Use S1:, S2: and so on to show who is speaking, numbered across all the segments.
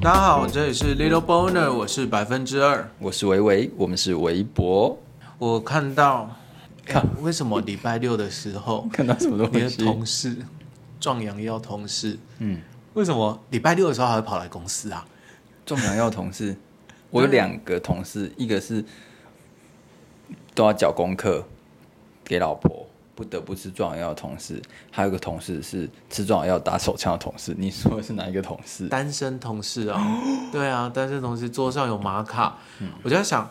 S1: 大家好，这里是 Little Boner，我是百分之二。
S2: 我是维维，我们是维博。
S1: 我看到，看、为什么礼拜六的时候
S2: 看到什么
S1: 你
S2: 东
S1: 的
S2: 西？
S1: 同事壮阳药同事，嗯，为什么礼拜六的时候还会跑来公司啊？
S2: 壮阳药同事，我有两个同事，一个是都要缴功课给老婆，不得不吃壮阳药的同事；还有一个同事是吃壮阳药打手枪的同事。你说的是哪一个同事？
S1: 单身同事 啊，对啊，单身同事桌上有玛卡，我就在想，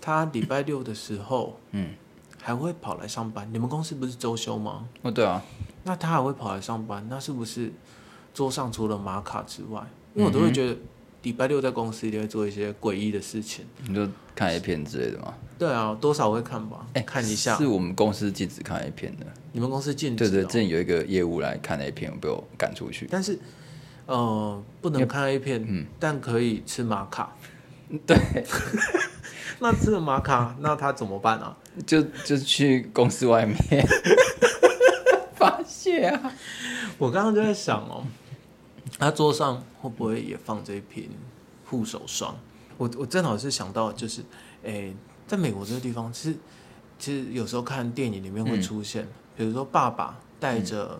S1: 他礼拜六的时候，嗯，还会跑来上班。你们公司不是周休吗？
S2: 哦，对啊，
S1: 那他还会跑来上班，那是不是桌上除了玛卡之外，因为我都会
S2: 嗯
S1: 觉得礼拜六在公司一定会做一些诡异的事情。
S2: 你就看 A 片之类的吗？
S1: 对啊，多少会看吧，
S2: 哎
S1: 看一下
S2: 是。我们公司禁止看 A 片的。
S1: 你们公司禁止、
S2: 对
S1: 哦，
S2: 对，之前有一个业务来看 A 片，被我赶出去。
S1: 但是，呃，不能看 A 片，但可以吃玛卡。
S2: 嗯对，
S1: 那吃了玛卡，那他怎么办啊？
S2: 就就去公司外面 发泄啊。
S1: 我刚刚就在想哦，他桌上会不会也放这一瓶护手霜？我我正好是想到，就是，诶，在美国这个地方，其实其实有时候看电影里面会出现，比如说爸爸带着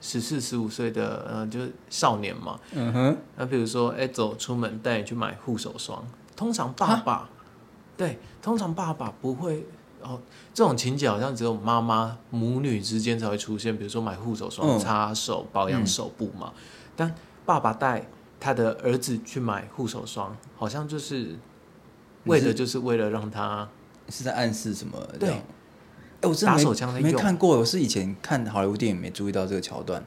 S1: 十四十五岁的，呃，就是少年嘛，
S2: 嗯哼，
S1: 那比如说，哎、走出门带你去买护手霜，通常爸爸，对，通常爸爸不会哦，这种情节好像只有妈妈母女之间才会出现，比如说买护手霜、
S2: 嗯
S1: 擦手、保养手部嘛。但爸爸带他的儿子去买护手霜，好像就是为的就是为了让他
S2: 是在暗示什么？
S1: 对
S2: 这样，哎，我真的
S1: 打
S2: 没
S1: 手枪在
S2: 没
S1: 用
S2: 看过，我是以前看好莱坞电影没注意到这个桥段。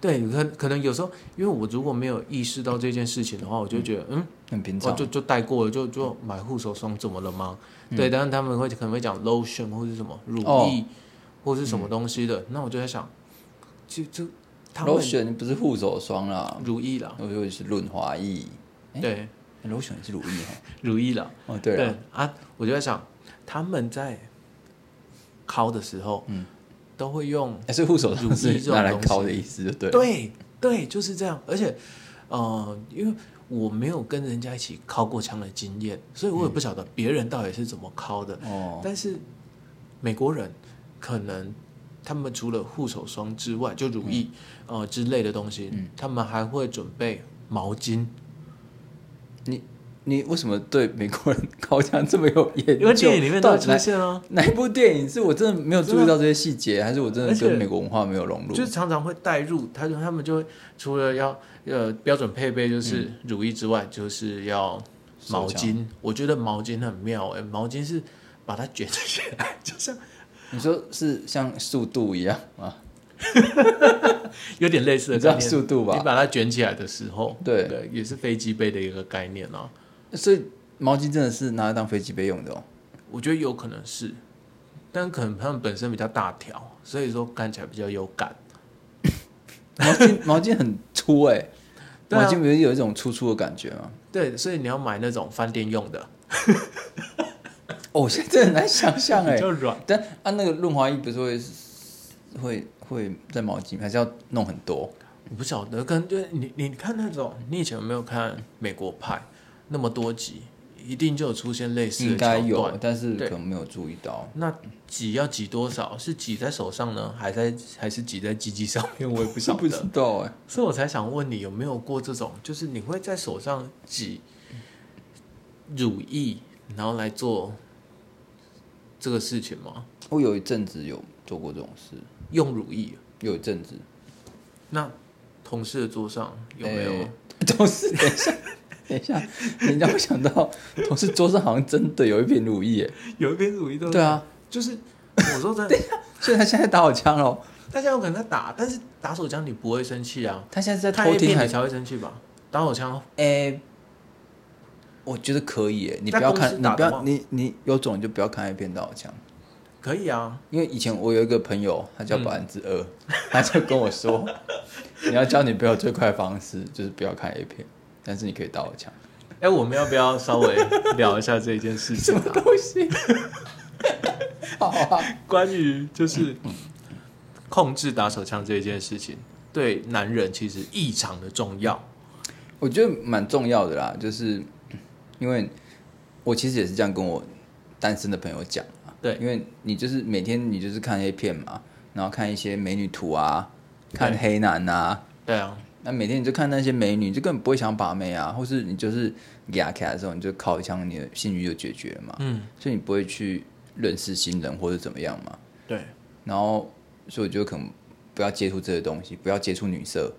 S1: 对，可可能有时候，因为我如果没有意识到这件事情的话，我就觉得，嗯
S2: 很平
S1: 哦，
S2: 常，
S1: 就就带过了，就就买护手霜怎么了吗？对，但是他们会可能会讲 lotion 或是什么乳液，
S2: 嗯哦嗯
S1: 或是什么东西的。那我就在想，就就他们啊
S2: 柔选不是护手霜啦，
S1: 乳液啦，
S2: 我以为是润滑液，
S1: 对，
S2: 柔选也是乳液哈。
S1: 乳液啦，
S2: 哦，对了，
S1: 啊，我就在想，他们在烤的时候，嗯，都会用
S2: 哎，所以护手
S1: 乳
S2: 霜
S1: 液
S2: 是
S1: 这种
S2: 拿来
S1: 东西
S2: 烤的意思，就对了。
S1: 对对，就是这样。而且，呃，因为我没有跟人家一起敲过枪的经验，所以我也不晓得别人到底是怎么敲的。
S2: 哦，
S1: 但是美国人可能他们除了护手霜之外，就乳液、
S2: 嗯
S1: 呃之类的东西，他们还会准备毛巾，
S2: 你为什么对美国人烤枪这么有研究？
S1: 因为电影里面都
S2: 到
S1: 有
S2: 底
S1: 出
S2: 哪
S1: 现啊，
S2: 哪一部电影是我真的没有注意到这些细节，还是我真的
S1: 而且
S2: 跟美国文化没有融入
S1: 就？是常常会带入。他说他们就会除了要呃标准配备就是乳液之外，就是要毛
S2: 嗯手枪
S1: 巾。我觉得毛巾很妙哎、毛巾是把它卷起来，就像
S2: 你说是像速度一样吗？
S1: 有点类似的
S2: 你知道
S1: 概念
S2: 速度吧
S1: 你把它卷起来的时候，
S2: 对
S1: 对，也是飞机杯的一个概念啊。
S2: 所以毛巾真的是拿来当飞机杯用的哦。
S1: 我觉得有可能是，但可能他们本身比较大条，所以说看起来比较有感。
S2: 毛巾 毛巾很粗哎、
S1: 对啊
S2: 毛巾不是有一种粗粗的感觉吗？
S1: 对，所以你要买那种饭店用的，
S2: 哦，我现在真的很难想象哎、
S1: 比较软。
S2: 但啊，那个润滑液不是会会会在毛巾，还是要弄很多？
S1: 我不晓得，跟就是你你看那种，你以前有没有看《美国派》那么多集，一定就有出现类似
S2: 应
S1: 的
S2: 该
S1: 桥
S2: 有
S1: 段，。
S2: 但是
S1: 对
S2: 可能没有注意到。
S1: 那挤要挤多少？是挤在手上呢，还在还是挤在鸡鸡上面？我也不晓
S2: 不知
S1: 得。
S2: 道哎、
S1: 所以我才想问你有没有过这种，就是你会在手上挤乳液，然后来做这个事情吗？
S2: 我有一阵子有做过这种事，
S1: 用乳液？
S2: 有一阵子
S1: 那同事的桌上有没有？
S2: 欸同事，等一下，等一下，你让我想到同事桌上好像真的有一瓶乳液、欸。
S1: 有一瓶乳液都
S2: 对，啊，
S1: 就是我说真 的，
S2: 所以他现在打我枪哦喽。
S1: 大家有可能在打，但是打手枪你不会生气啊，
S2: 他现在是在
S1: 看
S2: 偷
S1: A
S2: 听
S1: 片
S2: 还
S1: 你
S2: 是？
S1: 才会生气吧？打手枪
S2: 哎、我觉得可以耶，你
S1: 在
S2: 不要
S1: 公司
S2: 看，你
S1: 打
S2: 不
S1: 的
S2: 要
S1: 吗
S2: 你你有种你就不要看 A 片打我枪，
S1: 可以啊，
S2: 因为以前我有一个朋友，他叫百分之二，他就跟我说， 你要教女朋友最快的方式就是不要看 A 片，但是你可以打我枪。
S1: 哎、我们要不要稍微聊一下这一件事 情啊？
S2: 东西？好啊，
S1: 关于就是控制打手枪这一件事情，对男人其实异常的重要。
S2: 我觉得蛮重要的啦，就是因为我其实也是这样跟我单身的朋友讲啊，
S1: 对
S2: 因为你就是每天你就是看 A 片嘛，然后看一些美女图啊，看
S1: 对
S2: 黑男啊，
S1: 对啊，
S2: 那每天你就看那些美女，你就根本不会想把妹啊，或是你就是压起来的时候，你就靠一枪，你的性欲就解决了嘛，
S1: 嗯，
S2: 所以你不会去认识新人或者怎么样嘛，
S1: 对，
S2: 然后所以我觉得可能不要接触这些东西，不要接触女色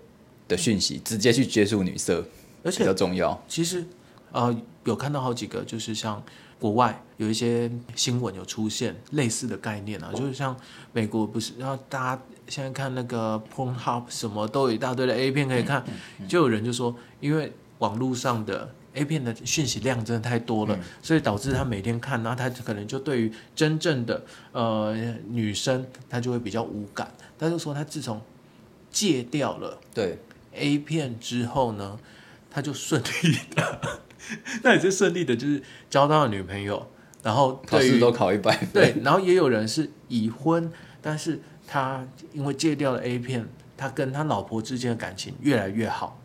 S2: 的讯息，直接去接触女色
S1: 而
S2: 比
S1: 且
S2: 较重要。
S1: 其实呃有看到好几个，就是像国外有一些新闻有出现类似的概念啊，就是像美国不是，然后大家现在看那个 Pornhub 什么都有一大堆的 A 片可以看，就有人就说，因为网络上的 A 片的讯息量真的太多了，所以导致他每天看，然后他可能就对于真正的呃女生，他就会比较无感。他就说他自从戒掉了。
S2: 对，
S1: A 片之后呢，他就顺利的，那也是顺利的，就是交到了女朋友，然后
S2: 考
S1: 对
S2: 试
S1: 于
S2: 都考一百分。
S1: 对，然后也有人是已婚，但是他因为戒掉了 A 片，他跟他老婆之间的感情越来越好。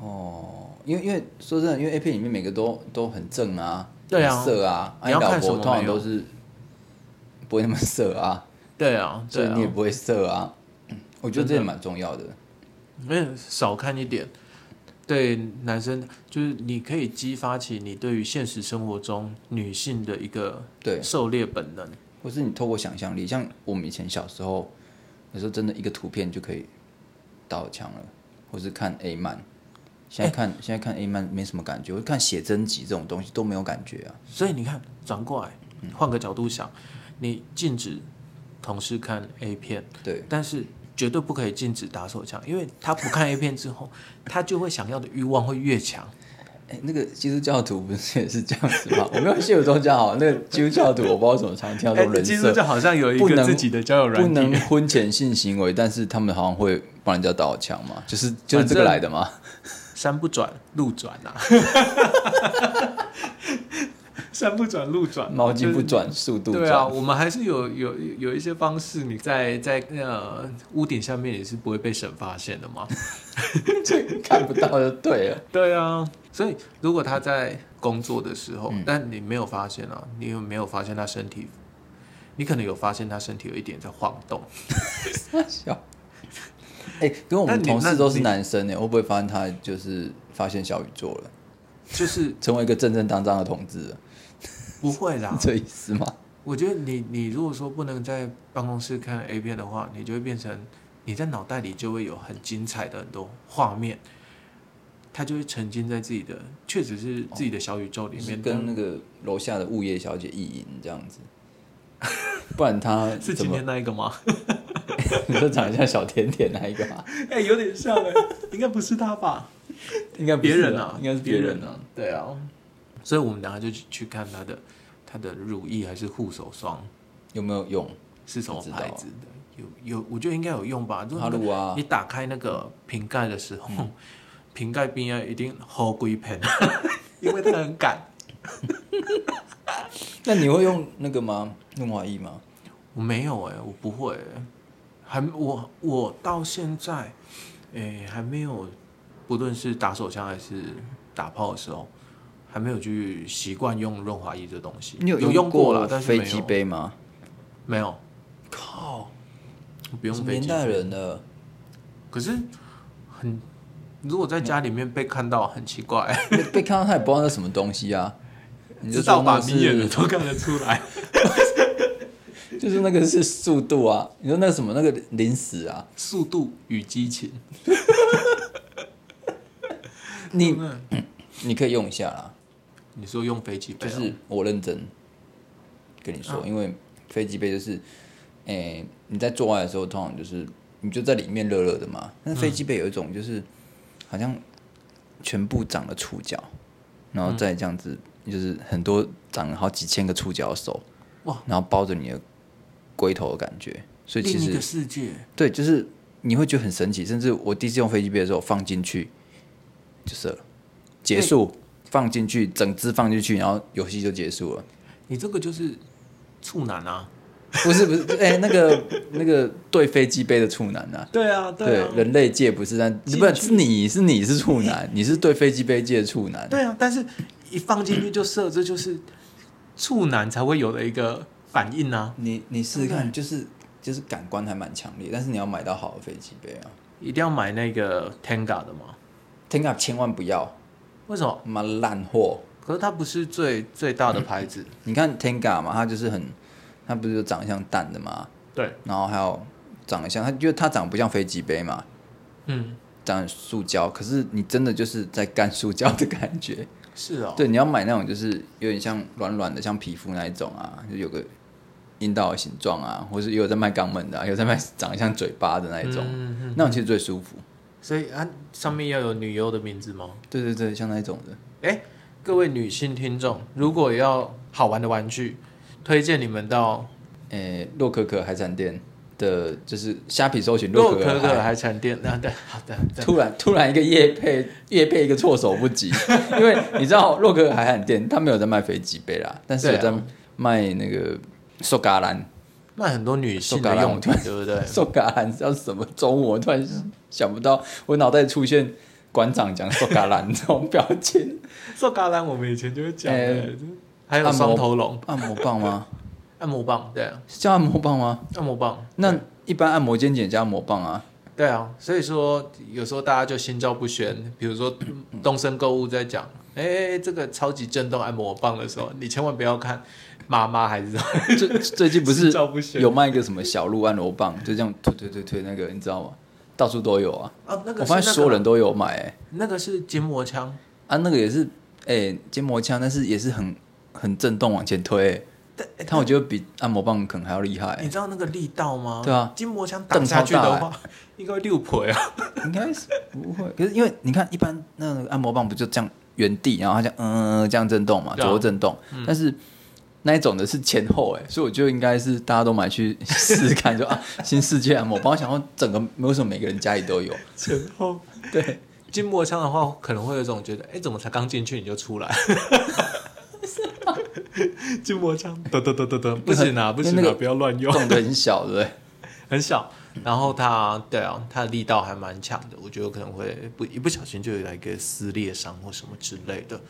S2: 哦，因为因为说真的，因为 A 片里面每个都都很正啊，
S1: 对啊
S2: 很色啊，啊
S1: 你要
S2: 老
S1: 看什
S2: 婆
S1: 么
S2: 通常
S1: 没有
S2: 都是不会那么色啊，
S1: 对啊，
S2: 所
S1: 对
S2: 以
S1: 啊
S2: 你也，不会色 啊。我觉得这也蛮重要的。
S1: 因为哎少看一点，对男生就是你可以激发起你对于现实生活中女性的一个
S2: 对，
S1: 狩猎本能。
S2: 或是你透过想象力，像我们以前小时候，有时候真的一个图片就可以到枪了，或是看 A 漫。现
S1: 哎
S2: 在看、现在看 A 漫没什么感觉，我看写真集这种东西都没有感觉啊。
S1: 所以你看，转过来，换个角度想，你禁止同事看 A 片，
S2: 对，
S1: 但是绝对不可以禁止打手枪，因为他不看 A 片之后，他就会想要的欲望会越强。
S2: 哎、那个基督教徒不是也是这样子吗？ 我没有信有宗教好，那个基督教徒我不知道怎么常听到这种人
S1: 哎其实
S2: 设，
S1: 就好像有一
S2: 不
S1: 个
S2: 能
S1: 自己的交友
S2: 不
S1: 软
S2: 能
S1: 体，
S2: 婚前性行为，但是他们好像会帮人家打枪嘛，就是就是这个
S1: 反正
S2: 来的嘛。
S1: 山不转路转 呐、啊，山不转路转，啊
S2: 毛巾不转速度
S1: 对啊，
S2: 转，
S1: 我们还是有有有一些方式，你在在呃屋顶下面也是不会被神发现的嘛。
S2: 这个 看不到就对了。
S1: 对啊，嗯所以如果他在工作的时候，但你没有发现啊，你有没有发现他身体？你可能有发现他身体有一点在晃动，
S2: 笑。哎、跟我们
S1: 但你
S2: 同
S1: 那
S2: 事都是
S1: 你
S2: 男生呢、欸会不会发现他就是发现小宇宙了，
S1: 就是
S2: 成为一个正正当当的同志了？。
S1: 不会啦
S2: 这意思吗？
S1: 我觉得你你如果说不能在办公室看 A 片的话，你就会变成你在脑袋里就会有很精彩的很多画面，他就会沉浸在自己的，确实是自己的小宇宙里
S2: 就是
S1: 面。
S2: 跟那个楼下的物业小姐意淫这样子，不然他
S1: 但 是
S2: 怎
S1: 今
S2: 么
S1: 天那一个吗？
S2: 你说长得像小甜甜那一个吗？
S1: 哎、有点像哎、应该不是他吧？
S2: 应该不
S1: 别
S2: 是
S1: 人啊，
S2: 应该是别人
S1: 啊
S2: 啊。，
S1: 对啊，所以我们等下就去去看他的他的乳液还是护手霜
S2: 有没有用？
S1: 是什么
S2: 不知道
S1: 牌子的，有有，我觉得应该有用吧。就是
S2: 哈鲁啊
S1: 你，打开那个瓶盖的时候，瓶盖边啊一定好龟盆， 因为它很赶。
S2: 那你会用那个吗？润滑液吗？
S1: 我没有哎、我不会、欸，还我我到现在，哎、还没有，不论是打手枪还是打炮的时候，还没有去习惯用润滑液这东西。
S2: 你
S1: 有
S2: 用
S1: 过啦，但是没
S2: 飞
S1: 有
S2: 机杯吗？
S1: 没有，
S2: 靠，
S1: 我不用
S2: 什么
S1: 飞
S2: 年
S1: 机。
S2: 代人了，
S1: 可是很，如果在家里面被看到很奇怪、
S2: 被被看到他也不知道那是什么东西啊。你就
S1: 知道
S2: 说那
S1: 把明眼
S2: 是
S1: 人都看得出来。
S2: 就是那个是速度啊，你说那个什么那个零食啊，
S1: 速度与激情，
S2: 你
S1: 嗯
S2: 你可以用一下啦，
S1: 你说用飞机杯
S2: 就
S1: 啊、
S2: 是我认真跟你说，因为飞机杯就是，诶、你在做爱的时候，通常就是你就在里面热热的嘛，但是飞
S1: 嗯
S2: 机杯有一种就是好像全部长了触角，然
S1: 嗯
S2: 后再这样子，就是很多长了好几千个触角的手，
S1: 哇，
S2: 然后包着你的龟头的感觉，所以其
S1: 另一
S2: 实
S1: 个世界，
S2: 对，就是你会觉得很神奇，甚至我第一次用飞机杯的时候放进去就射了，结束，放进去，整只放进去，然后游戏就结束了。
S1: 你这个就是处男啊。
S2: 不是不是，哎、那个那个对飞机杯的处男啊，
S1: 对啊，
S2: 对人类界不是但
S1: 进去
S2: 不是是你是你是处男，你是对飞机杯界的处男，
S1: 对啊，但是一放进去就射，这就是处男才会有的一个反应啊！
S2: 你你试试
S1: 对
S2: 看，就是就是感官还蛮强烈，但是你要买到好的飞机杯啊
S1: 一定要买那个 Tenga 的嘛？
S2: ，Tenga 千万不要，
S1: 为什么？
S2: 妈烂货！
S1: 可是它不是最最大的牌子，
S2: 你看 Tenga 嘛，它就是很，它不是就长得像蛋的嘛，
S1: 对，
S2: 然后还有长得像，它就它长得不像飞机杯嘛，
S1: 嗯，
S2: 长得塑胶，可是你真的就是在干塑胶的感觉。
S1: 是哦，
S2: 对，你要买那种就是有点像软软的，像皮肤那一种啊，就有个阴道的形状啊，或是也有在卖肛门的、啊，有在卖长得像嘴巴的那一种，
S1: 嗯嗯
S2: 那种其实最舒服。
S1: 所以它上面要有女优的名字吗？
S2: 对对对，像那一种的。
S1: 哎，各位女性听众，如果要好玩的玩具，推荐你们到
S2: 诶、洛可可海产店的，就是虾皮搜寻
S1: 洛
S2: 洛
S1: 可
S2: 可
S1: 可
S2: 海。
S1: 海产店。那对，好的，对
S2: 突然突然一个夜配夜配一个措手不及，因为你知道洛可可海产店它没有在卖飞机杯啦，但是有
S1: 对啊
S2: 在卖那个塑嘎兰，
S1: 卖很多女性的用品，对不对？
S2: 塑嘎兰叫什么中文？我突然想不到，我脑袋出现馆长讲塑嘎兰这种表情。
S1: 瘦嘎兰我们以前就会讲的，
S2: 哎
S1: 还有
S2: 按摩
S1: 双头龙。
S2: 按摩棒吗？
S1: 按摩棒，对啊，
S2: 是叫按摩棒吗？
S1: 按摩棒，
S2: 那一般按摩肩颈加按摩棒啊，
S1: 对啊，所以说有时候大家就心照不宣，比如 说东森购物在讲，哎、这个超级震动按摩棒的时候，你千万不要看妈妈还 是什么，
S2: 最最近不
S1: 心
S2: 是
S1: 照不宣
S2: 有卖一个什么小鹿按摩棒，就这样推推推推那个，你知道吗？到处都有啊。
S1: 啊，那个
S2: 我发现所有人都有买、欸，
S1: 那个是筋膜枪，
S2: 啊，那个也是，哎、筋膜枪，但是也是很很震动往前推、欸，
S1: 但、哎
S2: 但我觉得比按摩棒可能还要厉害、
S1: 你
S2: 欸，
S1: 知道那个力道吗？
S2: 对啊
S1: 筋膜枪打下去
S2: 哎
S1: 的话，应该会六倍啊，
S2: 应该是不会。可是因为你看，一般那个按摩棒不就这样原地，然后它这样嗯这样震动嘛，
S1: 对啊
S2: 左右震动，但是。那一种的是前后哎、欸所以我就应该是大家都买 去试试看，就啊新世界按摩棒，我想说整个没有什么每个人家里都有，
S1: 前后。
S2: 对，
S1: 筋膜枪的话，可能会有一种觉得，哎、怎么才刚进去你就出来？ 筋膜 枪，得得得得得，不行啊，不行啊，
S2: 那个
S1: 不要乱用。
S2: 动的很小，对不对？
S1: 很小，然后它对啊，它的力道还蛮强的，我觉得可能会不一不小心就有来个撕裂伤或什么之类的，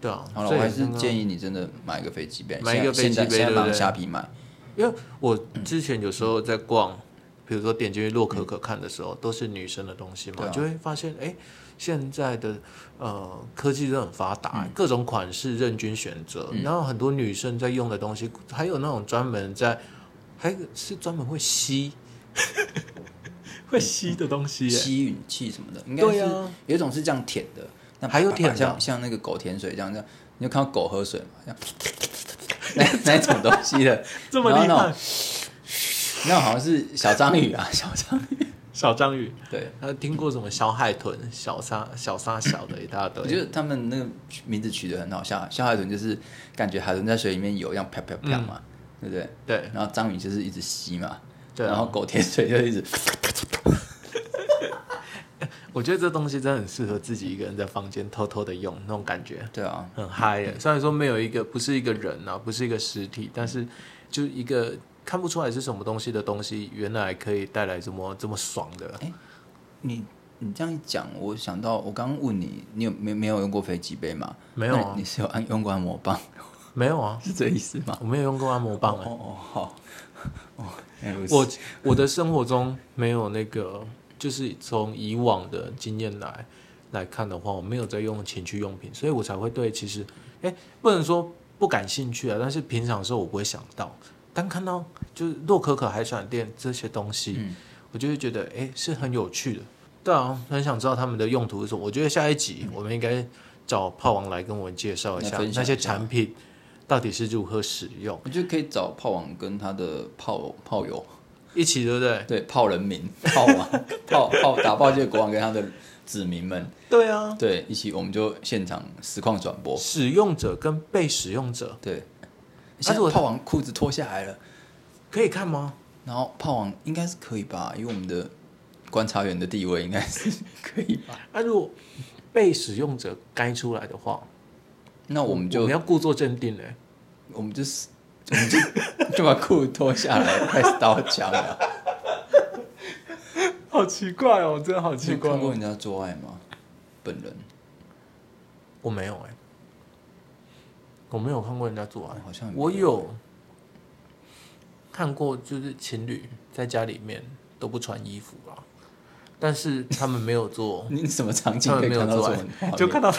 S1: 对啊。
S2: 好了，
S1: 所以
S2: 我还是
S1: 刚刚
S2: 建议你真的买一个飞机杯，
S1: 买一个
S2: 现在
S1: 飞机杯
S2: 现
S1: 对不
S2: 在现在
S1: 对
S2: 上虾皮买，
S1: 因为我之前有时候在逛，比如说点进去洛可可看的时候，都是女生的东西嘛，
S2: 对啊
S1: 就会发现哎、诶现在的呃科技真的很发达，各种款式任君选择，然后很多女生在用的东西，还有那种专门在，还有是专门会吸， 会吸的东西耶、
S2: 吸吮器什么的，应该
S1: 对
S2: 是、
S1: 啊
S2: 有一种是这样舔的，那
S1: 还有舔的啊
S2: 像像那个狗舔水这样这样，你就看到狗喝水嘛，这样那那种东西的，
S1: 这么厉
S2: 然后那
S1: 害
S2: 种，那好像是小章鱼啊，小章鱼，
S1: 小章鱼，
S2: 对，
S1: 他听过什么小海豚、小沙、小沙小的一大 堆。
S2: 我觉得他们那个名字取得很好，像小海豚就是感觉海豚在水里面游，这样啪啪啪嘛，对不对？
S1: 对
S2: 然后章鱼就是一直吸嘛，
S1: 嗯对啊
S2: 然后狗舔水就一直，
S1: 我觉得这东西真的很适合自己一个人在房间偷偷的用，那种感觉
S2: 对啊，
S1: 很嗨耶。虽然说没有一个不是一个人啊，不是一个实体，但是就一个看不出来是什么东西的东西，原来可以带来这么这么爽的。
S2: 你你这样一讲，我想到我刚刚问你，你有没没有用过飞机杯吗？
S1: 没有啊
S2: 那你是有按用过按摩棒，
S1: 没有啊，
S2: 是这意思 吗？
S1: 我没有用过按摩棒、
S2: 哦
S1: 啊。
S2: 哦好，哦，原来如此
S1: 我我的生活中没有那个，就是从以往的经验来来看的话，我没有在用情趣用品，所以我才会对其实，哎、不能说不感兴趣啊，但是平常的时候我不会想到，但看到就是洛可可海产店这些东西，
S2: 嗯
S1: 我就会觉得哎、诶是很有趣的，对啊，很想知道他们的用途是什么。我觉得下一集我们应该找炮王来跟我们介绍一
S2: 来
S1: 下
S2: 分享一下
S1: 那些产品到底是如何使用，
S2: 我觉得可以找炮王跟他的炮炮友，
S1: 一起对不对？
S2: 对炮 人民炮王炮炮打炮界国王跟他的子民们，
S1: 对啊，
S2: 对，一起我们就现场实况转播，
S1: 使用者跟被使用者
S2: 对。
S1: 但
S2: 现
S1: 是
S2: 在
S1: 我
S2: 炮王裤子脱下来了，
S1: 可以看吗？
S2: 然后炮王应该是可以吧，因为我们的观察
S1: 啊
S2: 员的地位应该是可以吧。
S1: 那、如果被使用者该出来的话，
S2: 那我们就
S1: 我们要故作镇定嘞、
S2: 我们就是我们就就把裤子脱下来，开始刀枪了。
S1: 好奇怪哦，真的好
S2: 你有看过人家做爱吗？本人
S1: 我没有哎、我没有看过人家做爱，
S2: 好像也没
S1: 我有看过，就是情侣在家里面都不穿衣服啦，但是他们没有做，
S2: 你什么 场景
S1: 他
S2: 可
S1: 们
S2: 以
S1: 没有
S2: 看到这
S1: 做爱
S2: 种画面？，
S1: 就看到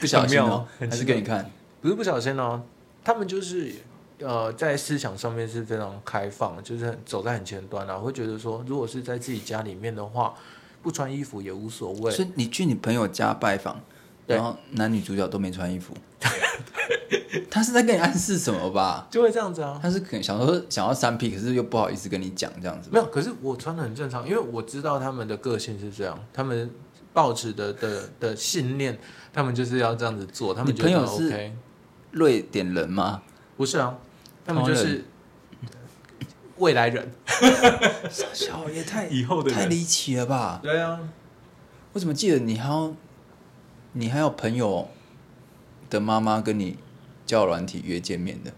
S2: 不小心哦、
S1: 很妙
S2: 还是给你看？
S1: 不是不小心哦，他们就是呃，在思想上面是非常开放，就是很走在很前端啊，会觉得说，如果是在自己家里面的话，不穿衣服也无所谓。
S2: 所以你去你朋友家拜访，
S1: 对
S2: 然后男女主角都没穿衣服， 他是在跟你暗示什么吧？
S1: 就会这样子啊。
S2: 他是可能想说想要三 P，可是又不好意思跟你讲这样子。
S1: 没有，可是我穿的很正常，因为我知道他们的个性是这样，他们抱持的的的信念，他们就是要这样子做，他们
S2: 你
S1: 觉得
S2: 朋友是
S1: OK，
S2: 瑞典人吗？
S1: 不是啊，他们就是未来人，
S2: 小也太
S1: 以后的人
S2: 太离奇了吧？
S1: 对啊，
S2: 我怎么记得你还要你还有朋友的妈妈跟你叫软体约见面的？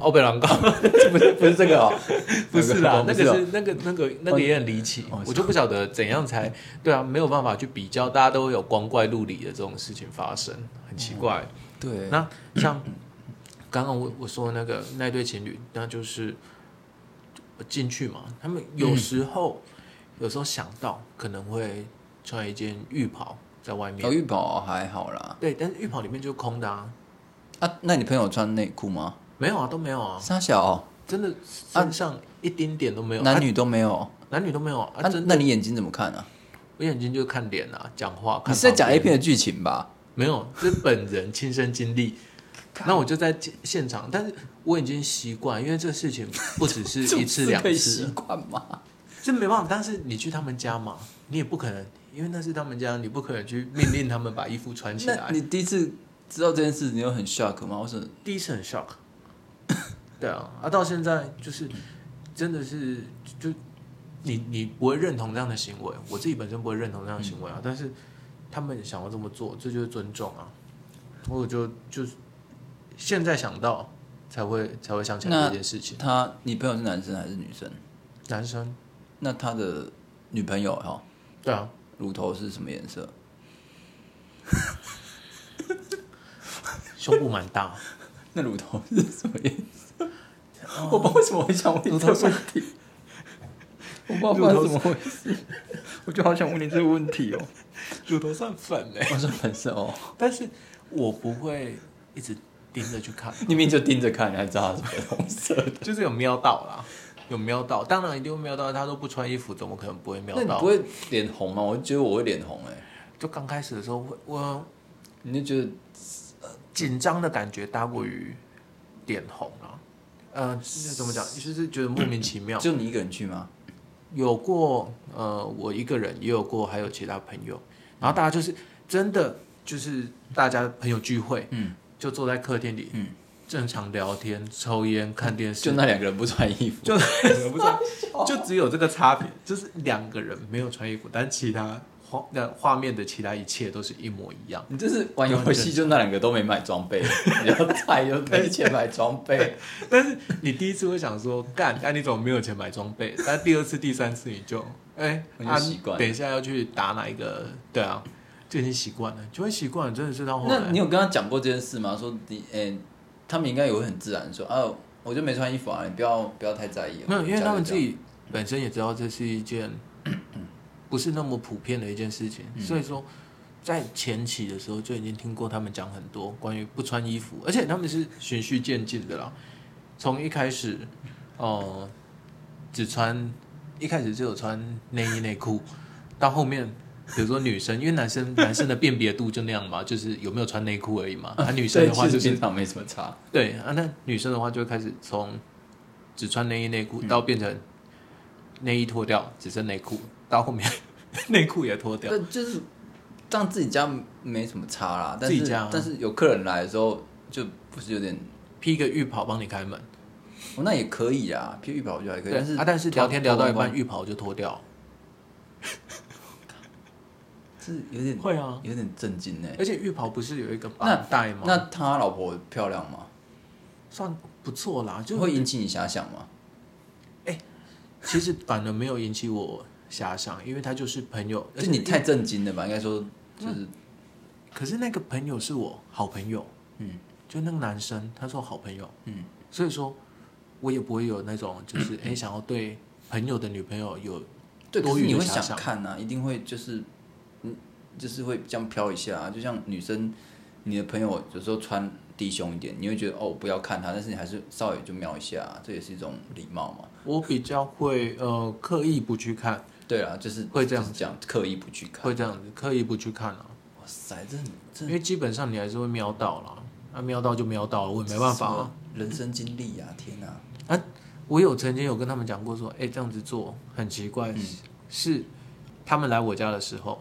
S1: 欧北狼高
S2: 不是不是这个哦，
S1: 不是啦，
S2: 不
S1: 那
S2: 是
S1: 个
S2: 哦
S1: 是那个那个那个也很离奇，我就不晓得怎样才对啊，没有办法去比较，大家都有光怪陆离的这种事情发生，很奇怪。
S2: 嗯对，
S1: 那像刚刚我我说的那个那对情侣，那就是进去嘛，他们有时
S2: 嗯
S1: 候、有时候想到可能会穿一件浴袍在外面，
S2: 小玉宝还好啦。
S1: 对，但是浴袍里面就是空的啊，
S2: 啊，那你朋友穿内裤吗？
S1: 没有啊，都没有啊，
S2: 沙小哦、
S1: 真的身上一丁点都没有，
S2: 男
S1: 啊
S2: 女都没有。
S1: 男女都没有啊，
S2: 啊，
S1: 真
S2: 那你眼睛怎么看啊？
S1: 我眼睛就是看脸啊，讲话，
S2: 你
S1: 看
S2: 是在讲
S1: 旁
S2: A
S1: 边
S2: 片的剧情吧？
S1: 没有，这是本人 亲身经历。那我就在现现场，但是我已经习惯，因为这事情不只是一次 两
S2: 可以
S1: 次
S2: 习
S1: 了，
S2: 惯吗？
S1: 这没办法，但是你去他们家嘛，你也不可能，因为那是他们家，你不可能去命令他们把衣服穿起
S2: 那
S1: 来。
S2: 你第一次知道这件事，你有很 shock 吗？我是
S1: 第一次很 shock，对啊，啊，到现在就是真的是就你你不会认同这样的行为，我自己本身不会认同这样的行为啊，但是他们想要这么做，这就是尊重啊。我就就是现在想到才会才会想起来
S2: 那
S1: 这件事情。
S2: 他，你朋友是男生还是女生？
S1: 男生，
S2: 那他的女朋友哈、
S1: 对啊，
S2: 乳头是什么颜色？
S1: 胸部蛮大，
S2: 那乳头是什么颜色？我不知道为什么会想问你这个问题，我不知道为什么回事， 我就好想问你这个问题哦。
S1: 乳头算粉欸嘞、
S2: 我说粉色哦，
S1: 但是我不会一直盯着去看，
S2: 你明明就盯着看，你还知道它是粉红色的。
S1: 就是有瞄到啦，有瞄到，当然一定会瞄到，他都不穿衣服，怎么可能不会瞄
S2: 那你
S1: 到
S2: 不？会脸红吗？我觉得我会脸红哎、
S1: 就刚开始的时候会，我
S2: 你就觉得
S1: 紧张的感觉大过于脸红啊。呃，那怎么讲？就是觉得莫名其妙。
S2: 就你一个人去吗？
S1: 有过呃，我一个人也有过，还有其他朋友，然后大家就是真的就是大家朋友聚会，
S2: 嗯，
S1: 就坐在客厅里，
S2: 嗯，
S1: 正常聊天、抽烟、看电视，
S2: 就那两个人不穿衣服，
S1: 就不是，就只有这个差别，就是两个人没有穿衣服，但其他画那画面的其他一切都是一模一样。
S2: 你就是玩游戏，就那两个都没买装 备，比较菜就没钱买装备。
S1: 但是你第一次会想说干，那、你怎么没有钱买装备？但第二次、第三次你就哎，
S2: 我就
S1: 啊
S2: 习惯了
S1: 等一下要去打哪一个？对啊，就已经习惯了，就会习惯了，真的是到后
S2: 那
S1: 来
S2: 你。有跟他讲过这件事吗？说你，诶、他们应该也会很自然说，啊，我就没穿衣服啊，你不要不要太在意。啊
S1: 没有，因为他们
S2: 这
S1: 自
S2: 样
S1: 己本身也知道这是一 件不是那么普遍的一件事情，
S2: 嗯
S1: 所以说在前期的时候就已经听过他们讲很多关于不穿衣服，而且他们是循序渐进的啦。从一开始，呃，只穿一开始只有穿内衣内裤，到后面。比如说女生，因为男生男生的辨别度就那样嘛，就是有没有穿内裤而已嘛。啊，女生的话
S2: 对
S1: 就
S2: 其实
S1: 是
S2: 平常没什么差。
S1: 对啊，那女生的话就会开始从只穿内衣内
S2: 嗯
S1: 裤到变成内衣脱掉，只剩内裤，到后面 内裤也脱掉。
S2: 那就是让自己家没什么差啦，但
S1: 自
S2: 是
S1: 己家啊
S2: 但是有客人来的时候，就不是有点，
S1: 披个浴袍帮你开门，
S2: 哦，那也可以啊，披浴袍我觉得还可以，
S1: 对啊
S2: 但是
S1: 啊，但是聊天聊到一半，
S2: 脱光光，
S1: 浴袍就脱掉，
S2: 是有点
S1: 会啊，
S2: 有点震惊呢。
S1: 而且浴袍不是有一个
S2: 嗯那
S1: 绑带吗？
S2: 那他老婆漂亮吗？
S1: 算不错啦，啊就
S2: 会引起你遐想吗？
S1: 其实反而没有引起我遐想，因为他就是朋友，而
S2: 就
S1: 且
S2: 你太震惊了吧？应该说就是
S1: 可是那个朋友是我好朋友，
S2: 嗯，
S1: 就那个男生，他是我好朋友，
S2: 嗯，
S1: 所以说我也不会有那种 就是哎、诶想要对朋友的女朋友有
S2: 对，可
S1: 多
S2: 是
S1: 余
S2: 你
S1: 的
S2: 会
S1: 遐
S2: 想
S1: 想，
S2: 看啊，一定会就是嗯，就是会这样飘一下、啊，就像女生，你的朋友有时候穿低胸一点，你会觉得哦不要看她，但是你还是稍微就瞄一下啊、这也是一种礼貌嘛。
S1: 我比较会呃刻意不去看，
S2: 对啊，就是
S1: 会这样
S2: 就是讲刻意不去看。
S1: 会这样子刻意不去看啊，
S2: 哇塞，这这
S1: 因为基本上你还是会瞄到啦，啊瞄到就瞄到了，我也没办法啊。
S2: 什么人生经历啊，天哪、
S1: 我有曾经有跟他们讲过说，哎、这样子做很奇怪，
S2: 嗯
S1: 是他们来我家的时 候，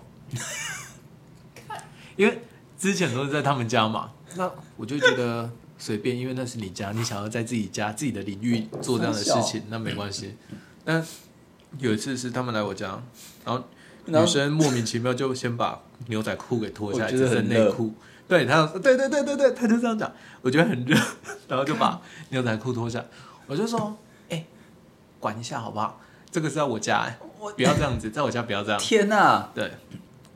S1: 因为之前都是在他们家嘛，那我就觉得随便，因为那是你家，你想要在自己家自己的领域做这样的事 情，那没关系。但有一次是他们来我家，然后
S2: 然
S1: 女生莫名其妙就先把牛仔裤给脱下来，
S2: 嗯我觉
S1: 只
S2: 得
S1: 剩
S2: 很
S1: 内
S2: 热
S1: 裤。对，他对对对对对，他就这样讲，我觉得很热，然后就把牛仔裤脱下来，我就说，哎、管一下好不好？这个是在我家、哎
S2: 我
S1: 不要这样子，在我家不要这样。
S2: 天哪、
S1: 对，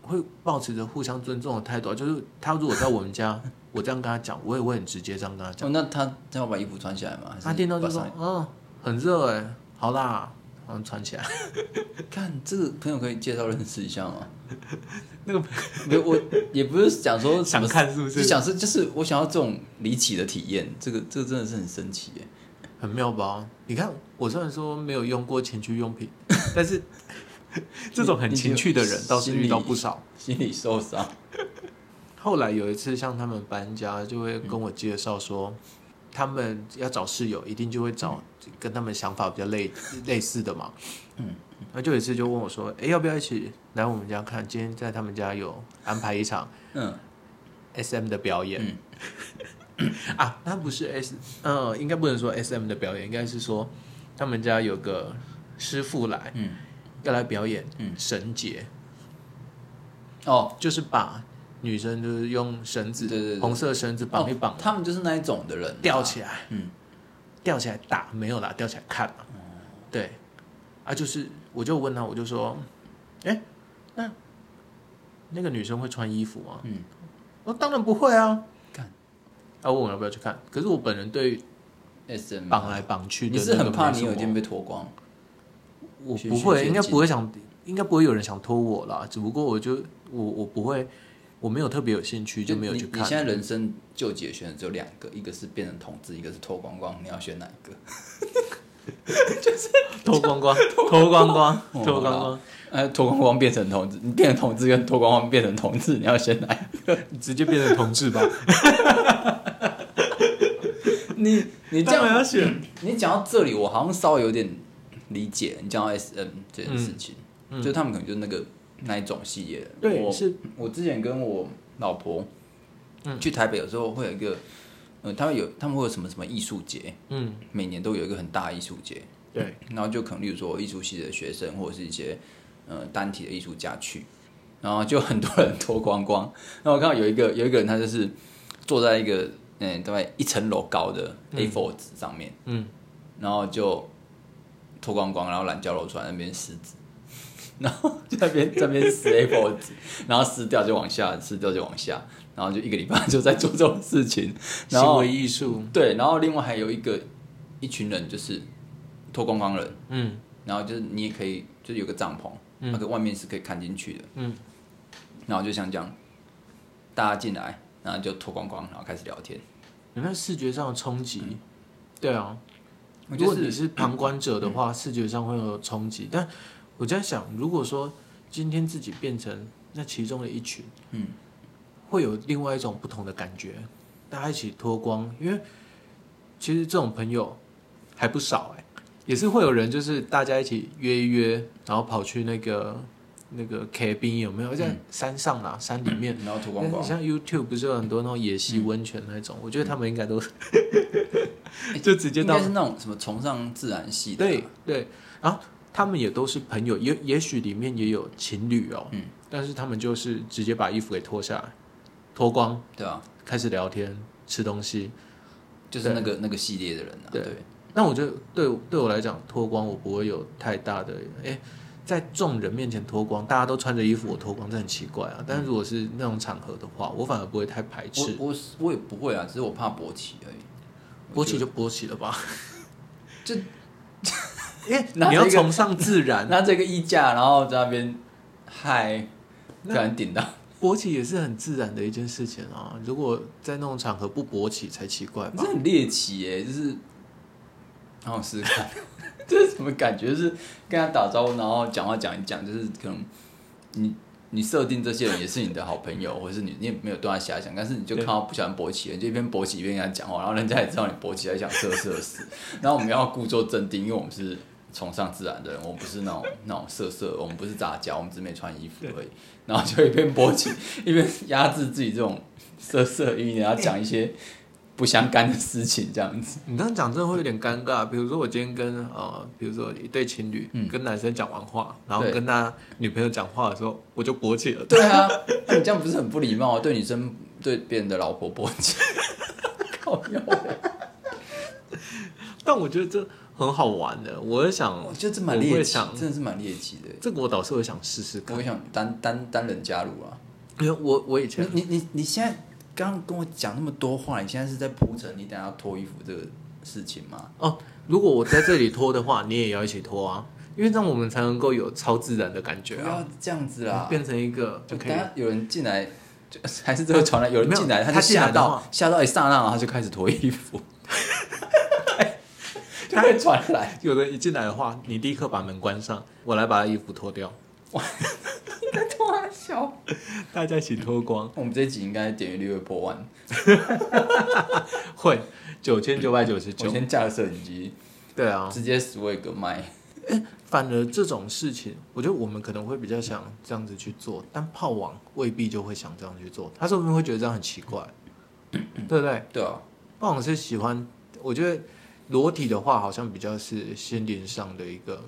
S1: 会保持着互相尊重的态度啊，就是他如果在我们家，我这样跟他讲，我也会很直接这样跟他讲。
S2: 哦，那他他要把衣服穿起来吗？还是
S1: 他听到就
S2: 把
S1: 说
S2: 上，
S1: 嗯，很热哎、好啦，然后穿 起来。
S2: 看这个朋友可以介绍认识一下吗？那个没有，我也不是讲说什
S1: 想
S2: 么
S1: 看是不是
S2: 就想是就是我想要这种离奇的体验，这个这个真的是很神奇耶。
S1: 很妙吧？你看，我虽然说没有用过情趣用 品，但是这种很情趣的人倒是遇到不少。
S2: 心理受伤，
S1: 后来有一次，像他们搬家，就会跟我介绍说，他们要找室友，一定就会找跟他们想法比较类类似的嘛。嗯，那就有一次就问我说，哎、要不要一起来我们家看？今天在他们家有安排一场
S2: 嗯，
S1: SM 的表演。 啊，那不是 S，嗯、应该不能说 SM 的表演，应该是说他们家有个师傅来，
S2: 嗯，
S1: 要来表演，
S2: 嗯，
S1: 绳结，
S2: 哦，
S1: 就是把女生就是用绳子，
S2: 对对对
S1: 红色绳子绑一绑，啊
S2: 哦，他们就是那一种的人啊、
S1: 吊起来，
S2: 嗯，哦
S1: 吊起来打没有啦，吊起来看嘛，对，啊，就是我就问他，我就说，哎、那那个女生会穿衣服吗？
S2: 嗯，
S1: 我说当然不会啊，
S2: 干，
S1: 他、问我要不要去看，可是我本人对
S2: S M
S1: 绑来绑去的
S2: 你是
S1: 那个
S2: 很怕
S1: 没
S2: 你
S1: 什
S2: 有一
S1: 么
S2: 天被脱光，
S1: 我
S2: 循
S1: 不
S2: 序
S1: 会，
S2: 渐
S1: 应该
S2: 进
S1: 不会想，应该不会有人想拖我啦。只不过我就我我不会，我没有特别有兴趣，就没有
S2: 你
S1: 去
S2: 你现在
S1: 看。
S2: 人生纠结选的只有两个，一个是变成同志，一个是脱光光，你要选哪一个？
S1: 脱光光，脱光光，
S2: 哦
S1: 脱光
S2: 好
S1: 光，
S2: 呃，脱光光变成同志，你变成同志跟脱光光变成同志，你要选哪一个？
S1: 直接变成同 志吧。
S2: 你你这
S1: 当然要
S2: 样，
S1: 选，
S2: 你讲到这里，我好像稍微有点理解你讲到 S M 这件事情，就他们可能就是那个那一种系列的。
S1: 嗯对
S2: 我
S1: 是
S2: 我之前跟我老婆去台北，有时候会有一个，呃，他们有他们会有什么什么艺术节，
S1: 嗯，
S2: 每年都有一个很大的艺术节，
S1: 对，
S2: 然后就可能例如说艺术系的学生或者是一些呃单体的艺术家去，然后就很多人脱光光。然后我看到有一个有一个人，他就是坐在一个嗯大概一层楼高的 A4 纸上面，
S1: 嗯，
S2: 然后就脱光光，然后懒觉露出来那边撕纸， 然后就在那边在那边撕 A4 纸，然后撕掉就往下，撕掉就往下，然后就一个礼拜就在做这种事情，然
S1: 行
S2: 后
S1: 为艺术，
S2: 对，然后另外还有一个一群人就是脱光光人。
S1: 嗯，
S2: 然后就是你也可以，就是有个帐篷，那、个外面是可以看进去的。
S1: 嗯，
S2: 然后就想讲，大家进来，然后就脱光光，然后开始聊天。
S1: 有没有视觉上的冲击？对啊，
S2: 我
S1: 如
S2: 就
S1: 果
S2: 是
S1: 你是旁观者的话，视觉上会有冲击。但我在想，如果说今天自己变成那其中的一群，
S2: 嗯，
S1: 会有另外一种不同的感觉。大家一起脱光，因为其实这种朋友还不少哎、也是会有人就是大家一起约一约，然后跑去那个那个 K B 有
S2: 嗯
S1: 没有在山上啦、山里面。
S2: 然后
S1: 但
S2: 脱光
S1: 是
S2: 光，
S1: 像 YouTube 不是有很多那种野
S2: 嗯
S1: 溪温泉那种，我觉得他们应该都就直接
S2: 哎应
S1: 到
S2: 该是那种什么崇尚自然系的啊、
S1: 对对，然后他们也都是朋友，也也许里面也有情侣哦，
S2: 嗯，
S1: 但是他们就是直接把衣服给脱下来，脱光，
S2: 对啊，
S1: 开始聊天、吃东西。
S2: 就是那个那个系列的人啊，
S1: 对
S2: 对，
S1: 那我觉得对我对我来讲，脱光我不会有太大的哎、在众人面前脱光，大家都穿着衣服，我脱光这很奇怪
S2: 嗯
S1: 啊。但是如果是那种场合的话，我反而不会太排斥。
S2: 我我我也不会啊，只是我怕勃起而已。
S1: 勃起就勃起了 吧，
S2: 就
S1: 因为
S2: 拿着
S1: 你要
S2: 一个
S1: 崇尚自然，啊
S2: 拿这个衣架，然后在那边嗨，突然顶到，
S1: 勃起也是很自然的一件事情啊。如果在那种场合不勃起才奇怪吧
S2: 这？很猎奇耶、就是让我试试看， 这是什么感觉？就是跟他打招呼，然后讲话讲一讲，就是可能你你设定这些人也是你的好朋友，或是你你也没有对他遐想，但是你就
S1: 对
S2: 看到不喜欢勃起的，你就一边勃起一边跟他讲话，然后人家也知道你勃起还想射射死， 然后我们要故作镇定，因为我们是。崇尚自然的人，我们不是那种那种色色，我们不是杂交，我们只是没穿衣服而已。然后就一边勃起，一边压制自己这种色色欲，然后讲一些不相干的事情，这样子。
S1: 你这样讲真的会有点尴尬。比如说我今天跟呃，比如说一对情侣、
S2: 嗯
S1: 跟男生讲完话，然后
S2: 对
S1: 跟他女朋友讲话的时候，我就勃起了。
S2: 对啊，那 你这样不是很不礼貌啊？对女生、对别人的老婆勃起， 靠腰欸！
S1: 但我觉得这很好玩的，我也想，
S2: 我觉得这蛮猎
S1: 哦我会
S2: 奇，
S1: 想
S2: 真的是蛮猎奇的欸。
S1: 这个我倒是会想试试
S2: 我
S1: 看
S2: 也，想单单单人加入啊！
S1: 因为我我以
S2: 你
S1: 前
S2: 你你你现在刚刚跟我讲那么多话，你现在是在铺陈你等下要脱衣服这个事情吗？
S1: 哦，如果我在这里脱的话，你 也要一起脱啊，因为这样我们才能够有超自然的感
S2: 不
S1: 觉啊，
S2: 要这样子啦！
S1: 变成一个就
S2: 就
S1: 可
S2: 等
S1: 以。
S2: 下有人进来，就还是这个传来有人
S1: 没有
S2: 进来，
S1: 他
S2: 就
S1: 进来
S2: 吓
S1: 的
S2: 到
S1: 话
S2: 吓到一刹那，然后他就开始脱 衣服， 就会传 来。
S1: 有人一进来的话，你立刻把门关上，我来把他衣服脱掉，
S2: 哇小，
S1: 大家一起脱光，
S2: 我们这一集应该点阅率会破万。
S1: 会九千九百九十
S2: 我
S1: 九。
S2: 先架了摄影机，
S1: 对啊，
S2: 直接 swag 卖。
S1: 反而这种事情，我觉得我们可能会比较想这样子去做，但炮王未必就会想这样去做，他说不定会觉得这样很奇 怪，对不对？
S2: 对啊，
S1: 炮王是喜欢，我觉得裸体的话，好像比较是心灵上的一个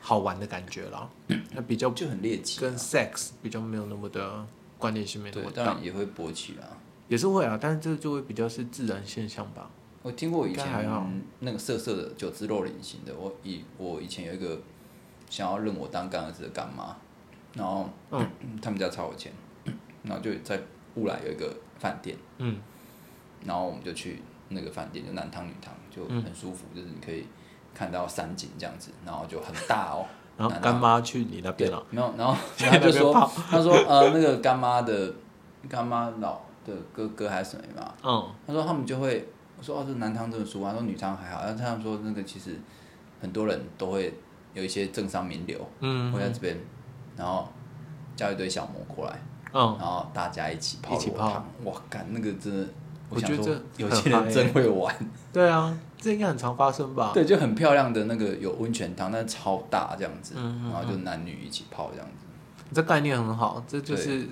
S1: 好玩的感觉 啦，那比较
S2: 就很猎奇啊。
S1: 跟 sex 比较没有那么的关联性没那
S2: 对
S1: 么，
S2: 当
S1: 大，
S2: 然也会勃起啦。
S1: 也是会啊，但是这就会比较是自然现象吧。
S2: 我听过以前
S1: 应该还好
S2: 那个色色的九字肉菱形的，我以我以前有一个想要认我当干儿子的干妈，然后、
S1: 嗯
S2: 他们家超有钱，然后就在乌来有一个饭店，
S1: 嗯，，
S2: 然后我们就去那个饭店，就男汤女汤，就很舒服，就是你可以看到山景这样子，然后就很大哦
S1: 然后
S2: 男
S1: 干妈去 你那边了，啊
S2: 没有，然后
S1: 在
S2: 然后就
S1: 那边
S2: 说，他说呃那个干妈的干妈老的哥哥还是什么嘛，
S1: 嗯，
S2: 他说他们就会，我说哦，这男汤这么舒服，他说女汤还好，但是他们说那个其实很多人都会有一些政商名流
S1: 嗯
S2: 会在这边，然后叫一堆小魔过来，
S1: 嗯，
S2: 然后大家一起泡
S1: 一起
S2: 裸
S1: 泡
S2: 汤，哇，干那个真的，
S1: 我
S2: 想
S1: 觉得
S2: 说
S1: 这
S2: 有
S1: 很
S2: 些
S1: 嗨
S2: 人真会玩，
S1: 对啊，这应该很常发生吧？
S2: 对，就很漂亮的那个有温泉汤，但是超大这样子，
S1: 嗯嗯
S2: 然后就男女一起泡这样子，
S1: 这概念很好，这就是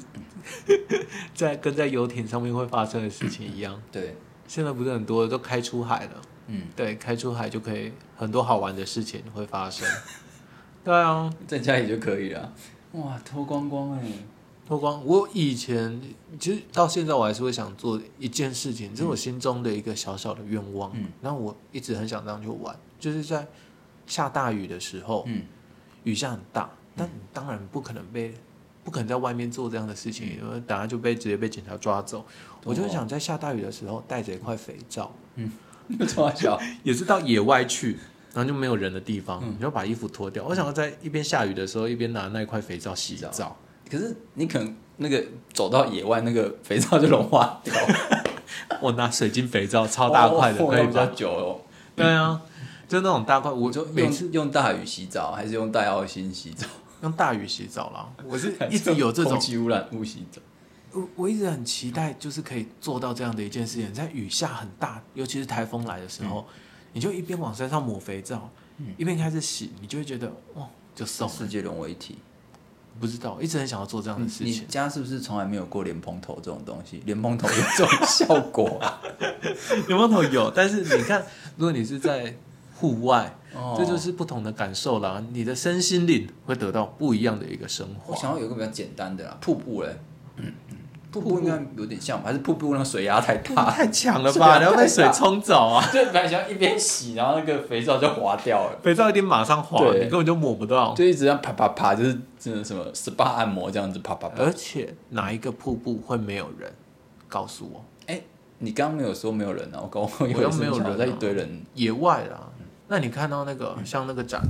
S1: 在跟在游艇上面会发生的事情一样。
S2: 对，
S1: 现在不是很多都开出海了，
S2: 嗯，
S1: 对，开出海就可以很多好玩的事情会发生。对啊，
S2: 在家里就可以了，啊哇，脱光光 哎、
S1: 脱光。我以前其实到现在我还是会想做一件事情，这是我心中的一个小小的愿望。
S2: 嗯，
S1: 然后我一直很想这样去玩，就是在下大雨的时候，
S2: 嗯，
S1: 雨下很大，但你当然不可能被，不可能在外面做这样的事情，因为等下就被直接被警察抓走。我就想在下大雨的时候带着一块肥皂，
S2: 从小，
S1: 也是到野外去，嗯然后就没有人的地方，你就把衣服脱掉。我想要在一边下雨的时候，一边拿那一块肥皂洗
S2: 洗
S1: 澡。
S2: 可是你可能那个走到野外，那个肥皂就融化掉，
S1: 我拿水晶肥皂，超大块的，
S2: 哦
S1: 可以
S2: 用比较
S1: 吧？
S2: 久哦。
S1: 对啊，就那种大块，我
S2: 我就
S1: 每
S2: 每
S1: 次
S2: 次用大雨洗澡，还是用戴奥辛洗澡，
S1: 用大雨洗澡啦。我 是一直有这种
S2: 空气污染物洗澡。
S1: 我我一直很期待，就是可以做到这样的一件事情，在雨下很大，尤其是台风来的时候，
S2: 嗯
S1: 你就一边往身上抹肥皂，一边开始洗，你就会觉得哇，就送了。
S2: 世界融为一体。
S1: 不知道，一直很想要做这样的事
S2: 你
S1: 情。
S2: 家是不是从来没有过莲蓬头这种东西？莲蓬头 有这种效果啊？
S1: 有没有有？但是你看，如果你是在户外，
S2: 哦
S1: 这就是不同的感受啦。你的身心灵会得到不一样的一个升
S2: 我
S1: 华。
S2: 想要有一个比较简单的啦，瀑布嘞，
S1: 嗯
S2: 瀑布应该有点像吧？还是瀑布那个水压太大？
S1: 啊太强了
S2: 这个
S1: 吧！你要被
S2: 太
S1: 水
S2: 大
S1: 冲走啊！
S2: 就本来想要一边洗，然后那个肥皂就滑掉了，
S1: 肥皂一定马上滑，
S2: 对
S1: 你根本就抹不到。
S2: 就一直这样啪啪啪，就是真的什么 SPA 按摩这样子啪啪啪。
S1: 而且哪一个瀑布会没有人？告诉我，
S2: 哎，你刚刚没有说没有人啊？我刚我
S1: 我又没有人啊
S2: 在一堆人，
S1: 野外啦。那你看到那个像那个展，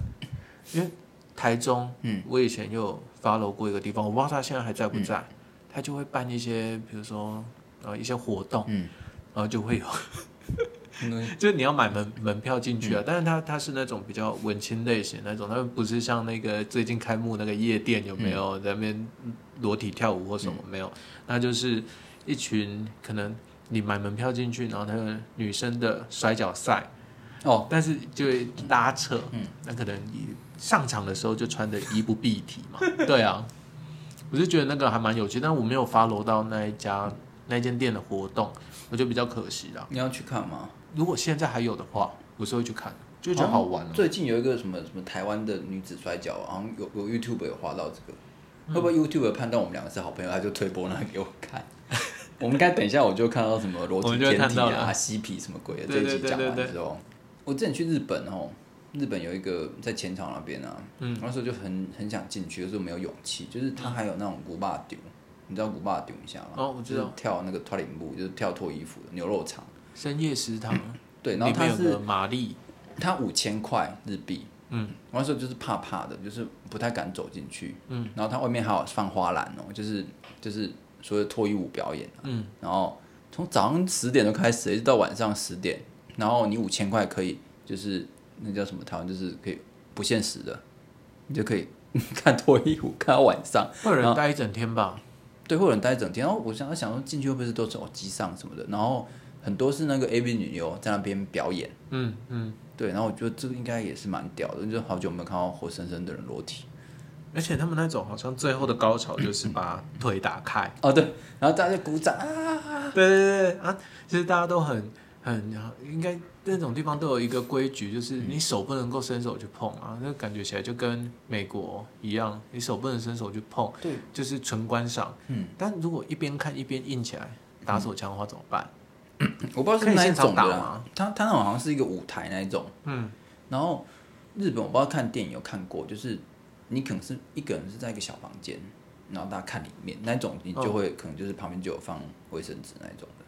S1: 因为台中，
S2: 嗯，
S1: 我以前有 follow 过一个地方，我不知道他现在还在不在，他就会办一些，比如说呃一些活动，
S2: 嗯，
S1: 然后就会有，
S2: 嗯
S1: 就是你要买门门票进去啊。但是他他是那种比较文青类型那种，他们不是像那个最近开幕那个夜店有没
S2: 嗯
S1: 有、在那边裸体跳舞或什么、没有，那就是一群可能你买门票进去，然后他有女生的摔跤赛。
S2: 哦，嗯
S1: 但是就会拉扯，那可能你上场的时候就穿的衣不蔽体 嘛，对啊，我就觉得那个还蛮有趣，但我没有发楼到那一家那间店的活动，我觉得比较可惜啦。
S2: 你要去看吗？
S1: 如果现在还有的话，我是会去看的，就觉得好玩哦、
S2: 最近有一个什么什么台湾的女子摔跤，好像有有 YouTube 有划到这个，会不会 YouTube 判断我们两个是好朋友，他就推播那个给我 看？我们应该等一下我就看到什么裸
S1: 我
S2: 体
S1: 们就会
S2: 天体
S1: 看到
S2: 啊、
S1: 了
S2: 嬉皮什么鬼的，这
S1: 对
S2: 一
S1: 对
S2: 集讲
S1: 对
S2: 完
S1: 对对
S2: 之后，我之前去日本哦，日本有一个在浅草那边啊，嗯，那时候就很很想进去，可是我没有勇气，就是它还有那种古巴丢，你知道古巴丢一下吗？
S1: 哦我知道
S2: 就是跳那个脱领布，就是跳脱衣服的牛肉场，
S1: 深夜食堂
S2: 对，
S1: 里
S2: 然后它
S1: 面有
S2: 是
S1: 个玛丽，
S2: 它五千块日币，
S1: 嗯，
S2: 我那时候就是怕怕的，就是不太敢走进去，嗯，然后它外面还有放花篮哦，就是就是所谓的脱衣舞表演、啊
S1: 嗯，
S2: 然后从早上十点就开始，一直到晚上十点，然后你五千块可以就是那叫什么台湾就是可以不限时的，你就可以 看脱衣舞看到晚上，
S1: 会有人待一整天吧？
S2: 对，会有人待一整天。然后我想想说进去会不会是都手机上什么的，然后很多是那个 AV 女优在那边表演。
S1: 嗯嗯，
S2: 对，然后我觉得这个应该也是蛮屌的，就好久没有看到活生生的人裸体。
S1: 而且他们那种好像最后的高潮就是把腿打开。
S2: 哦，对，然后大家就鼓掌啊，
S1: 对对对啊，其实大家都很很应该那种地方都有一个规矩，就是你手不能够伸手去碰啊，那感觉起来就跟美国一样，你手不能伸手去碰，
S2: 对，
S1: 就是纯观赏。
S2: 嗯，
S1: 但如果一边看一边硬起来打手枪的话怎么办？
S2: 嗯我不知道
S1: 可
S2: 是
S1: 以
S2: 哪一
S1: 现场
S2: 种的
S1: 打
S2: 啦
S1: 吗，
S2: 他他那种好像是一个舞台那一种，
S1: 嗯，
S2: 然后日本我不知道看电影有看过，就是你可能是一个人是在一个小房间，然后大家看里面那一种，你
S1: 嗯
S2: 就会、可能就是旁边就有放卫生纸那一种的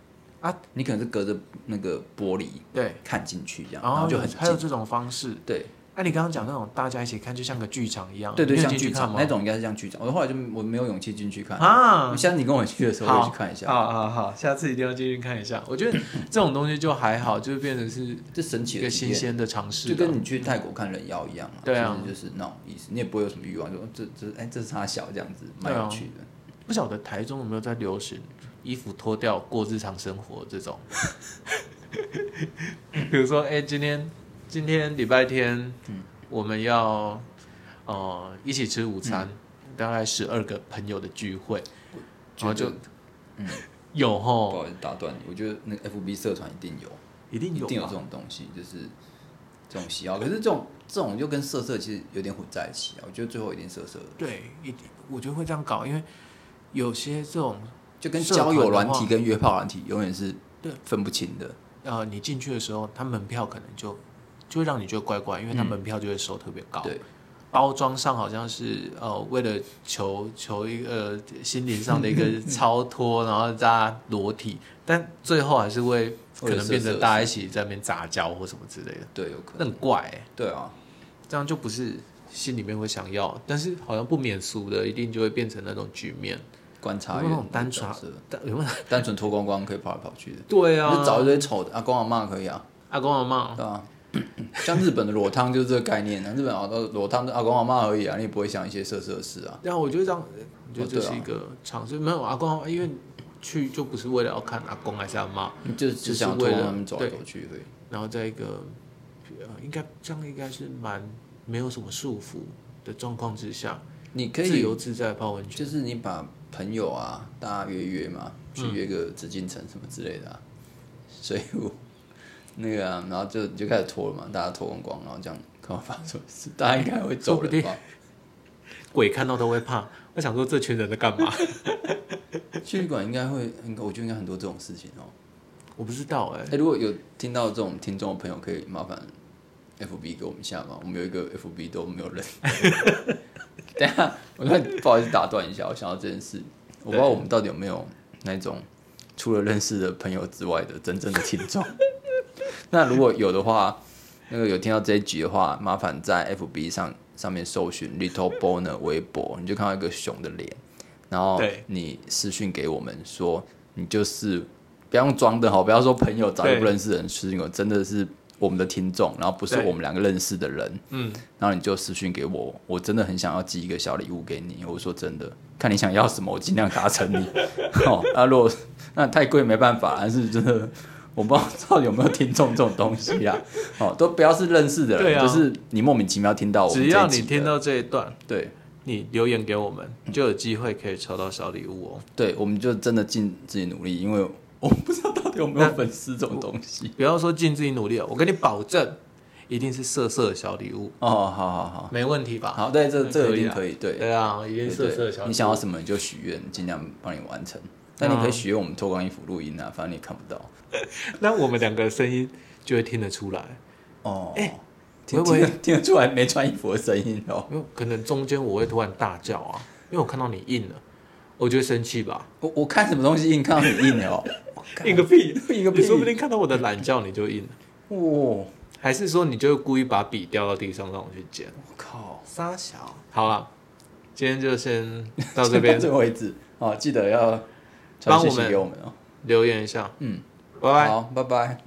S1: 啊，
S2: 你可能是隔着那个玻璃
S1: 对，
S2: 看进去这样，
S1: 然
S2: 然后
S1: 哦
S2: 就
S1: 有
S2: 很
S1: 还有
S2: 近，
S1: 这种方式。
S2: 对，
S1: 哎、你刚刚讲那种大家一起看，就像个剧场一样，
S2: 对对，
S1: 你有
S2: 像
S1: 进去
S2: 剧
S1: 看
S2: 场
S1: 吗
S2: 那？种应该是像剧场，我后来就我没有勇气进去看。
S1: 啊，
S2: 下次你跟我去的时候，我也去看一下。
S1: 好啊好好，下次一定要进去看一下。我 觉得这种东西就还好，就是变成是
S2: 这神奇
S1: 一
S2: 的
S1: 个
S2: 体
S1: 新
S2: 验，
S1: 鲜的尝试
S2: 就
S1: 啊。
S2: 跟你去泰国看人妖一样啊。
S1: 对啊
S2: 其实就是那种意思，你也不会有什么欲望，说这这哎这是他小这样子，蛮
S1: 对啊
S2: 有趣的。
S1: 不晓得台中有没有在流行衣服脱掉过日常生活这种， 比如说，哎、今天今天礼拜天，我们要呃一起吃午餐，
S2: 嗯
S1: 大概十二个朋友的聚会，然后
S2: 觉
S1: 就
S2: 得
S1: 有
S2: 不
S1: 吼，
S2: 好意思打断你，我觉得那个 FB 社团一定有，
S1: 一定
S2: 一
S1: 有
S2: 定有啊
S1: 吧
S2: 这种东西，就是这种喜好。可是这种这种就跟色色其实有点混在一起啊，我觉得最后一定色色的，
S1: 对，一定我觉得会这样搞，因为有些这种
S2: 就跟
S1: 社团
S2: 交
S1: 的
S2: 友软
S1: 话
S2: 体跟约炮软体永远是
S1: 对
S2: 分不清的。
S1: 呃你进去的时候，他门票可能就就会让你觉得怪怪，因为他门票就会收特别高。
S2: 对，
S1: 包装上好像是呃，为了求求一个、呃、心灵上的一 个超脱，然后大家裸体，但最后还是会可
S2: 为了
S1: 能
S2: 色
S1: 变成
S2: 色
S1: 大家一起在那边杂交或什么之类的，
S2: 对，有可
S1: 那
S2: 能。
S1: 很怪、欸，
S2: 对啊，
S1: 这样就不是心里面会想要，但是好像不免俗的，一定就会变成那种局面，
S2: 观察
S1: 有没
S2: 员
S1: 有那种单
S2: 角
S1: 纯啊
S2: 色
S1: 但有没有？
S2: 单纯脱光光可以跑来跑去的。
S1: 对啊
S2: 你，就找一堆丑的阿公阿妈可 以啊，
S1: 阿公阿妈，
S2: 对啊。像日本的裸汤就是这个概念啊，日本好多裸汤都阿公阿妈而已啊，你也不会想一些色色的事啊。
S1: 然后我觉得这样，我觉得这
S2: 对啊
S1: 是一个尝试，哦没有阿公阿嬷，因为去就不是为了要看阿公还是阿妈，
S2: 你就只想
S1: 啊就是
S2: 脱
S1: 为
S2: 光
S1: 了
S2: 他们走来走去而已。
S1: 然后在一个呃，应该这样应该是蛮没有什么束缚的状况之下，
S2: 你可
S1: 自
S2: 以
S1: 由自在地泡温泉。
S2: 就是你把朋友啊， 大家约约嘛，去约个紫禁城什么之类的、啊，水舞，那个啊，然后就就开始脱了嘛，大家脱光光，然后这样看我发生什么事，大家应该会走人吧？
S1: 鬼看到都会怕。我想说，这群人在干嘛？
S2: 去旅馆应该会，应该我觉得应该很多这种事情哦。
S1: 我不知道哎、
S2: 哎、如果有听到这种听众的朋友，可以麻烦 FB 给我们一下吗？我们有一个 FB 都没有人。 等一下，我突然不好意思打断一下，我想到这件事，我不知道我们到底有没有那种除了认识的朋友之外的真正的听众。 那如果有的话，那个有听到这一集的话，麻烦在 FB 上上面搜寻 Little Boner 微博，你就看到一个熊的脸，然后
S1: 对
S2: 你私讯给我们说，你就是不要用装的哈，不要说朋友早就不认识的人私讯我，真的是我们的听众，然后不是
S1: 对
S2: 我们两个认识的人，
S1: 嗯，
S2: 然后你就私讯给我，我真的很想要寄一个小礼物给你。我说真的，看你想要什么，我尽量达 成你。哦，那、如果那太贵没办法，但是真的我不知道到底有没有听众这种东 西啊。哦，都不要是认识的
S1: 对
S2: 人，
S1: 啊
S2: 就是你莫名其妙听到我们
S1: 只
S2: 这
S1: 要
S2: 一集
S1: 你听
S2: 的，
S1: 到这一段，
S2: 对
S1: 你留言给我们，就有机会可以抽到小礼物哦。
S2: 对，我们就真的尽自己努力，因为我不知道到底有没有粉丝这种东西。
S1: 不要说尽自己努力哦，我跟你保证，一定是色色的小礼物，
S2: 哦，好好好，
S1: 没问题吧？
S2: 好，对，这这
S1: 可
S2: 个
S1: 以
S2: 一定
S1: 啊
S2: 可以，对。
S1: 对啊，一定
S2: 对
S1: 是色色的
S2: 对
S1: 小礼，物。
S2: 你想要什么你就许愿，尽量帮你完成。但你
S1: 哦
S2: 可以许愿我们脱光衣服录音啊，反正你也看不到。
S1: 那我们两个声音就会听得出来。
S2: 哦，
S1: 哎
S2: 听
S1: 会不
S2: 听得
S1: 会
S2: 听得出来没穿衣服的声音哦。
S1: 因为可能中间我会突然大叫啊，因为我看到你硬了， 我就会生气吧？
S2: 我我看什么东西硬，看到你硬 哦，我看
S1: 硬个屁！
S2: 硬个
S1: 你
S2: 屁！
S1: 说不定看到我的懒觉你就硬了，哦
S2: 哇，
S1: 还是说你就故意把笔掉到地上让我去捡？
S2: 我 靠，
S1: 傻小，好了，今天就先到这 边
S2: 这为止哦，记得要
S1: 帮
S2: 传讯
S1: 我
S2: 息
S1: 们
S2: 给我们哦。
S1: 留言一下，
S2: 嗯，
S1: 拜拜。
S2: 好，拜拜。